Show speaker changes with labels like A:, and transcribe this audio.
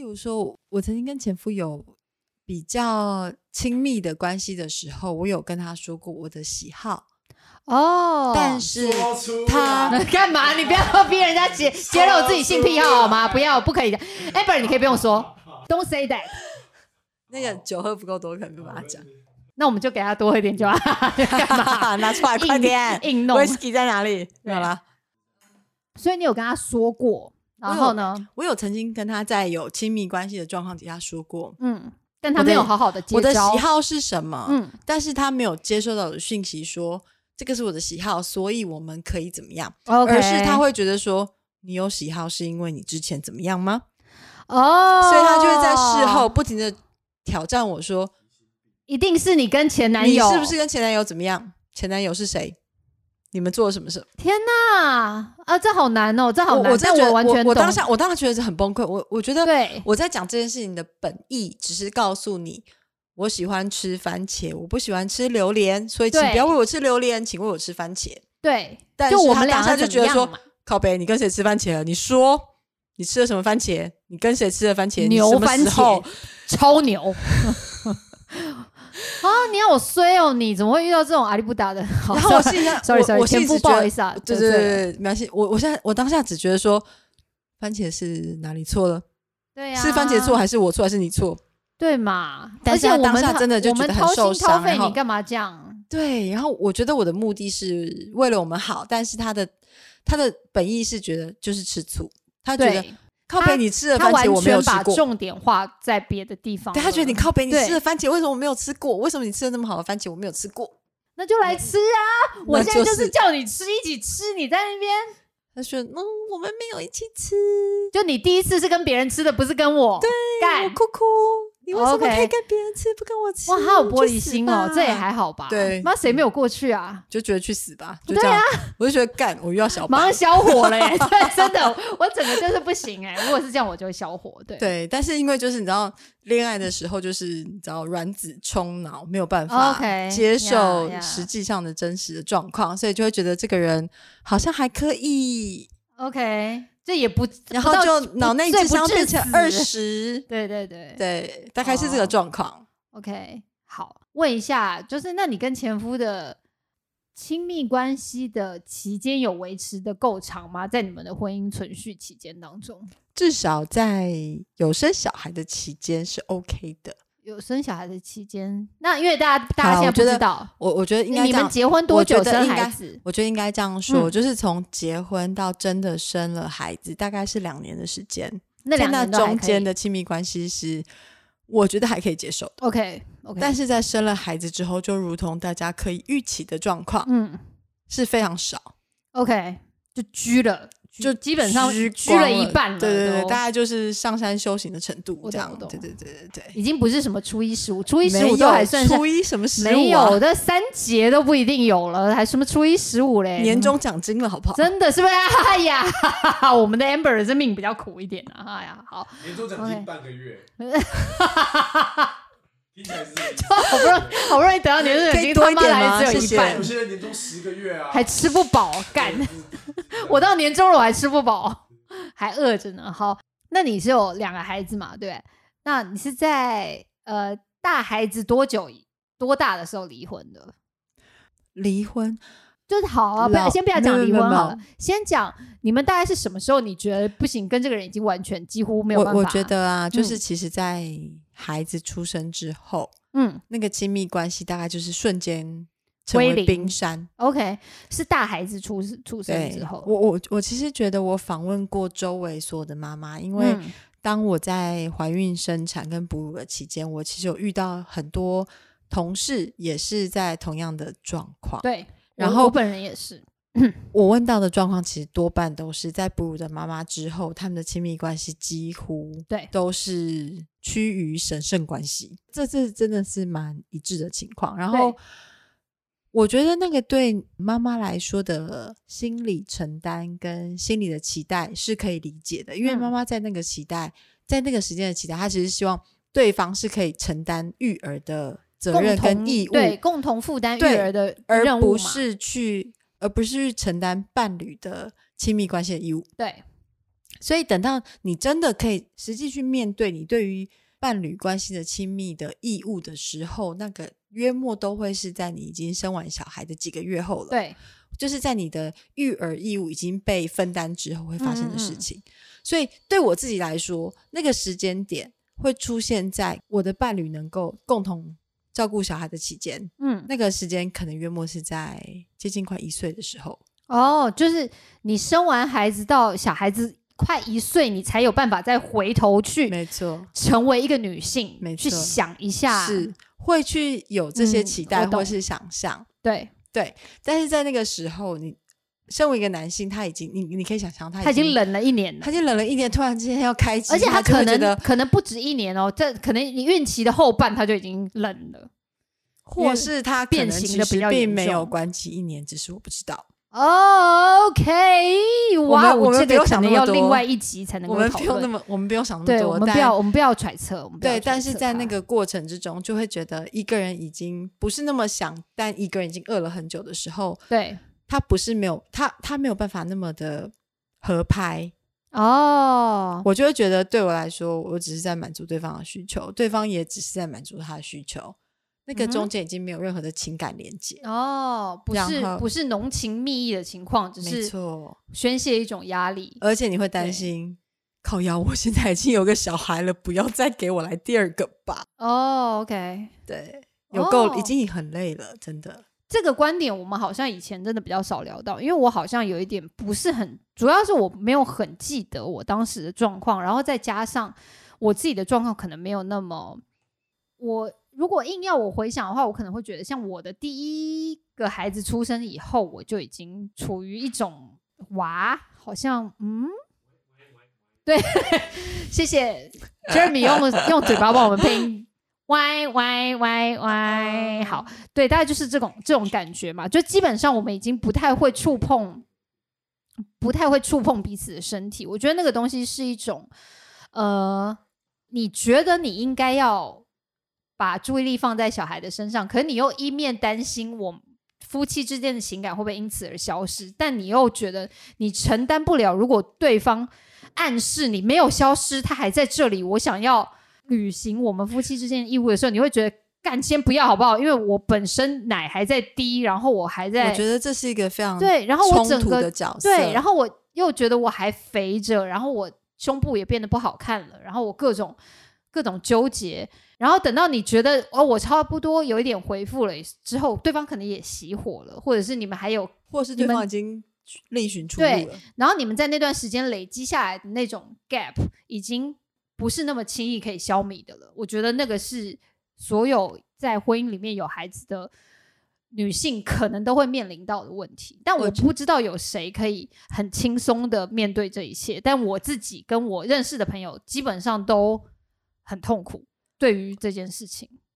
A: 如说，我曾经跟前夫有比较亲密的关系的时候，我有跟他说过我的喜好，
B: 哦，
A: 但是
C: 说出
A: 他
C: 来
B: 干嘛？你不要逼人家 揭揭露自己性癖好好吗？不要，不可以的。Amber，你可以不用说，Don't say that。
A: 那个酒喝不够多，可能没
B: 哦
A: 办法讲。
B: 那我们就给他多一点 就好。干嘛
A: 拿出来
B: 硬
A: 快点
B: 硬弄？
A: ，Whisky 在哪里？没有啦，
B: 所以你有跟他说过，然后呢？
A: 我有曾经跟他在有亲密关系的状况底下说过，
B: 嗯，但他没有好好的接
A: 我的
B: 招
A: 喜，好啊是什么，
B: 嗯，
A: 但是他没有接收到的讯息说这个是我的喜好，所以我们可以怎么样
B: OK
A: 而是他会觉得说。你有喜好是因为你之前怎么样吗
B: 哦，
A: 所以他就会在事后，不停的挑战我说
B: 一定是你跟前男
A: 你
B: 友
A: 是不是？跟前男友怎么样？前男友是谁？你们做了什么事？
B: 天哪，啊，这好难哦，这好
A: 我
B: 难，
A: 我
B: 但
A: 真的觉得
B: 完全
A: 我
B: 懂。
A: 当下我当下觉得是很崩溃。我我觉得
B: 对
A: 我在讲这件事情的本意，只是告诉你我喜欢吃番茄，我不喜欢吃榴莲，所以请
B: 对
A: 不要喂我吃榴莲，请喂我吃番茄。
B: 对，
A: 但
B: 就是我
A: 他
B: 们两
A: 当
B: 个
A: 下就觉得
B: 怎么
A: 说
B: 样嘛，
A: 靠北，你跟谁吃番茄了？你说你吃了什么番茄？你跟谁吃的番茄？你
B: 牛
A: 什么
B: 番
A: 时候
B: 茄？超牛。 啊！你好衰哦，你怎么会遇到这种阿里不达的？好
A: 然后我心里想
B: sorry
A: 我
B: sorry，
A: 我心里
B: 前夫
A: 只
B: 不
A: 觉
B: 好
A: 得
B: 意思啊，
A: 对对对对，没关系。我我现在我当下只觉得说，番茄是哪里错了？
B: 对呀，
A: 是番茄错还是我错还是你错？
B: 对嘛？
A: 但是
B: 而且我们
A: 当下真的就
B: 我们
A: 觉得很受伤
B: 掏心掏肺，
A: 然后
B: 你干嘛这样？
A: 对，然后我觉得我的目的是为了我们好，但是他的他的本意是觉得就是吃醋，他觉得
B: 对，
A: 靠
B: 他
A: 北你吃的
B: 他
A: 番茄
B: 完
A: 我没有
B: 全
A: 吃
B: 把
A: 过，
B: 重点画在别的地方了。
A: 对，他觉得你靠北你
B: 对
A: 吃的番茄为什么我没有吃过？为什么你吃的那么好的番茄我没有吃过？
B: 那就来吃啊！我
A: 那
B: 现在
A: 就
B: 就是
A: 是
B: 叫你吃，一起吃，你在那边。
A: 他说嗯，我们没有一起吃，
B: 就你第一次是跟别人吃的，不是跟我。对，
A: 我
B: 干
A: 哭哭，你为什么
B: OK
A: 可以跟别人吃不跟我吃？
B: 哇，他有玻
A: 去
B: 璃
A: 死
B: 心哦
A: 吧，
B: 这也还好吧？
A: 对
B: 妈谁没有过去啊？
A: 就觉得去死吧，就
B: 对啊
A: 这样，我就觉得干，我遇到小
B: 马
A: 白
B: 上。消火 了耶！对，真的，我整个就是不行哎。如果是这样，我就会消火。对，
A: 对，但是因为就是你知道，恋爱的时候就是你知道卵子冲脑，没有办
B: 哦 OK，
A: 法接
B: yeah，
A: 受
B: yeah
A: 实际上的真实的状况，所以就会觉得这个人好像还可以，
B: OK，这也不，
A: 然
B: 不
A: 后
B: 到
A: 就脑内智商变成二。
B: 不罪不至死
A: 十，
B: 对对对哦
A: 对，大概是这个状况。
B: ，OK，好，问一下，就是那你跟前夫的亲密关系的期间有维持的够长吗？在你们的婚姻存续期间当中，
A: 至少在有生小孩的期间是 OK 的。
B: 有生小孩的期间，那因为大家大
A: 好
B: 家
A: 啦我
B: 现在不
A: 觉得
B: 知道，
A: 我我觉得应该
B: 你
A: 这
B: 们
A: 样，
B: 结婚多
A: 我觉
B: 久
A: 得
B: 生
A: 应
B: 孩
A: 该
B: 子？
A: 我觉得应该这样说，
B: 嗯
A: 就是从结婚到真的生了孩子，大概是两年的时间。
B: 那
A: 在
B: 两
A: 那
B: 年都还
A: 中
B: 可以
A: 间的亲密关系是，我觉得还可以接受的。
B: OK OK，
A: 但是在生了孩子之后，就如同大家可以预期的状况，
B: 嗯
A: 是非常少，
B: OK 就居了，居
A: 就
B: 基本上
A: 居
B: 居
A: 光
B: 了一半了都，
A: 对对对，大概就是上山修行的程度
B: 我懂
A: 这样
B: 我。懂
A: 对对对对对，
B: 已经不是什么初一十五，初一十
A: 没
B: 五
A: 有
B: 都还算是
A: 初一什么十
B: 没
A: 五啊
B: 有的，三节都不一定有了，还什么初一十五嘞？嗯
A: 年终奖金了，好不好？
B: 真的是不 是？哎呀，我们的 Amber 是命比较苦一点啊！哎呀，好，
C: 年终奖
B: OK
C: 金半 个月，听起来是
B: 好不容易好不容易得到年终奖
A: 可
B: 金，
A: 以多
B: 他
A: 一
B: 妈
A: 点
B: 来
A: 吗
B: 只有
A: 谢
B: 一
A: 谢
B: 半
C: 有，些人年终十个月啊，
B: 还吃不饱，干！ 我到年终了，我还吃不饱， 还饿着呢。好，那你是有两个孩子嘛？对不对，那你是在呃大孩子多久以多大的时候离婚的？
A: 离婚
B: 就是好啊，不要
A: 老
B: 先不要讲
A: 没有
B: 离
A: 没有
B: 婚
A: 没有
B: 好了，先讲你们大概是什么时候你觉得不行，跟这个人已经完全几乎没有
A: 我
B: 办法。
A: 我觉，得啊，就是其实，在孩子出生之后，
B: 嗯
A: 那个亲密关系大概就是瞬间成
B: 归
A: 为
B: 零
A: 冰山。
B: ，OK，是大孩子出出生
A: 对，
B: 之后，
A: 我我我其实觉得我访问过周围所有的妈妈，因为
B: 嗯
A: 当我在怀孕、生产跟哺乳的期间，我其实有遇到很多同事也是在同样的状况。
B: 对，
A: 然
B: 我
A: 后
B: 我本人也是，
A: 我问到的状况，其实多半都是在哺乳的妈妈之后，他们的亲密关系几乎
B: 对
A: 都是趋于神圣关系，这是真的是蛮一致的情况。然后
B: 对。
A: 我觉得那个对妈妈来说的心理承担跟心理的期待是可以理解的，因为
B: 嗯
A: 妈妈在那个期待，在那个时间的期待，她其实希望对方是可以承担育儿的责
B: 共
A: 任
B: 同
A: 跟义务，
B: 对共同负担育
A: 对
B: 儿的
A: 而
B: 任务
A: 不
B: 嘛
A: 是去而不是去承担伴侣的亲密关系的义务。
B: 对
A: 所以等到你真的可以实际去面对你对于伴侣关系的亲密的义务的时候，那个约莫都会是在你已经生完小孩的几个月后了。
B: 对，
A: 就是在你的育儿义务已经被分担之后会发生的事
B: 嗯嗯嗯
A: 情。所以对我自己来说，那个时间点会出现在我的伴侣能够共同照顾小孩的期间。
B: 嗯，
A: 那个时间可能约莫是在接近快一岁的时候。
B: 哦，就是你生完孩子到小孩子快一岁，你才有办法再回头去
A: 没错，
B: 成为一个女性，
A: 没
B: 去
A: 错
B: 想一下，
A: 是会去有这些
B: 嗯
A: 期
B: 我
A: 待
B: 懂
A: 或是想象，
B: 对
A: 但是在那个时候，你身为一个男性，他已经你你可以想象他
B: 她
A: 已
B: 已经
A: 经
B: 冷了一年了
A: 他。已经冷了一年，突然之间要开机，
B: 而且
A: 他
B: 她
A: 就会
B: 可
A: 觉
B: 能
A: 得，
B: 可能不止一年哦，这可能你孕期的后半她就已经冷了
A: 或是他可
B: 变
A: 能
B: 形
A: 其
B: 得比
A: 实
B: 较
A: 并
B: 严
A: 没有
B: 重
A: 关机一年，只是我不知道。
B: 哦，OK，哇，
A: 我们
B: 这
A: 不
B: 个
A: 用
B: 可
A: 想那
B: 能
A: 么
B: 要
A: 多
B: 另外一集才能
A: 我
B: 够
A: 们
B: 讨
A: 不用那
B: 论。
A: 么，我们不用想那么
B: 对，
A: 多，
B: 我们不
A: 但
B: 要，我们不要揣测，我们不要
A: 对，但是
B: 揣测
A: 在那
B: 它
A: 个过程之中，就会觉得一个人已经不是那么想，但一个人已经饿了很久的时候，
B: 对
A: 他不是没有他他没有办法那么的合拍，
B: 哦，
A: 我就会觉得对我来说，我只是在满足对方的需求，对方也只是在满足他的需求，那个
B: 嗯哼
A: 中间已经没有任何的情感连接，
B: 哦，不
A: 然
B: 是
A: 后
B: 不是浓情蜜意的情况，只
A: 没
B: 是
A: 错，
B: 宣泄一种压力。
A: 而且你会担
B: 对
A: 心。靠腰，我现在已经有个小孩了，不要再给我来第二个吧。
B: 哦，OK，
A: 对，有够、
B: 哦
A: 已经很累了，真的。
B: 这个观点我们好像以前真的比较少聊到，因为我好像有一点不是很，主要是我没有很记得我当时的状况，然后再加上我自己的状况可能没有那么，我如果硬要我回想的话，我可能会觉得像我的第一个孩子出生以后，我就已经处于一种娃，好像嗯。对， 谢谢 Jeremy 用用嘴巴帮我们配音，歪歪歪歪，好，对，大概就是这种这种感觉嘛，就基本上我们已经不太会触碰，不太会触碰彼此的身体。我觉得那个东西是一种，呃，你觉得你应该要把注意力放在小孩的身上，可是你又一面担心我。夫妻之间的情感会不会因此而消失？但你又觉得你承担不了，如果对方暗示你没有消失，他还在这里，我想要履行我们夫妻之间的义务的时候，你会觉得干先不要好不好？因为我本身奶还在滴，然后我还在
A: 我觉得这是一个非常
B: 对，然后我
A: 冲
B: 整
A: 突
B: 个
A: 的角色，
B: 对，然
A: 后
B: 后我又觉得我还肥着，然后我胸部也变得不好看了，然后我各种各种纠结，然后等到你觉得哦，我差不多有一点回复了之后，对方可能也熄火了，或者是你们还有，
A: 或是
B: 你
A: 对
B: 们
A: 方已经另寻出路了，
B: 然后你们在那段时间累积下来的那种 gap 已经不是那么轻易可以消弭的了。我觉得那个是所有在婚姻里面有孩子的。女性可能都会面临到的问题，但
A: 我
B: 我
A: 觉
B: 不知道有谁可以很轻松的面对这一切。但我自己跟我认识的朋友，基本上都很痛苦对于这件事情。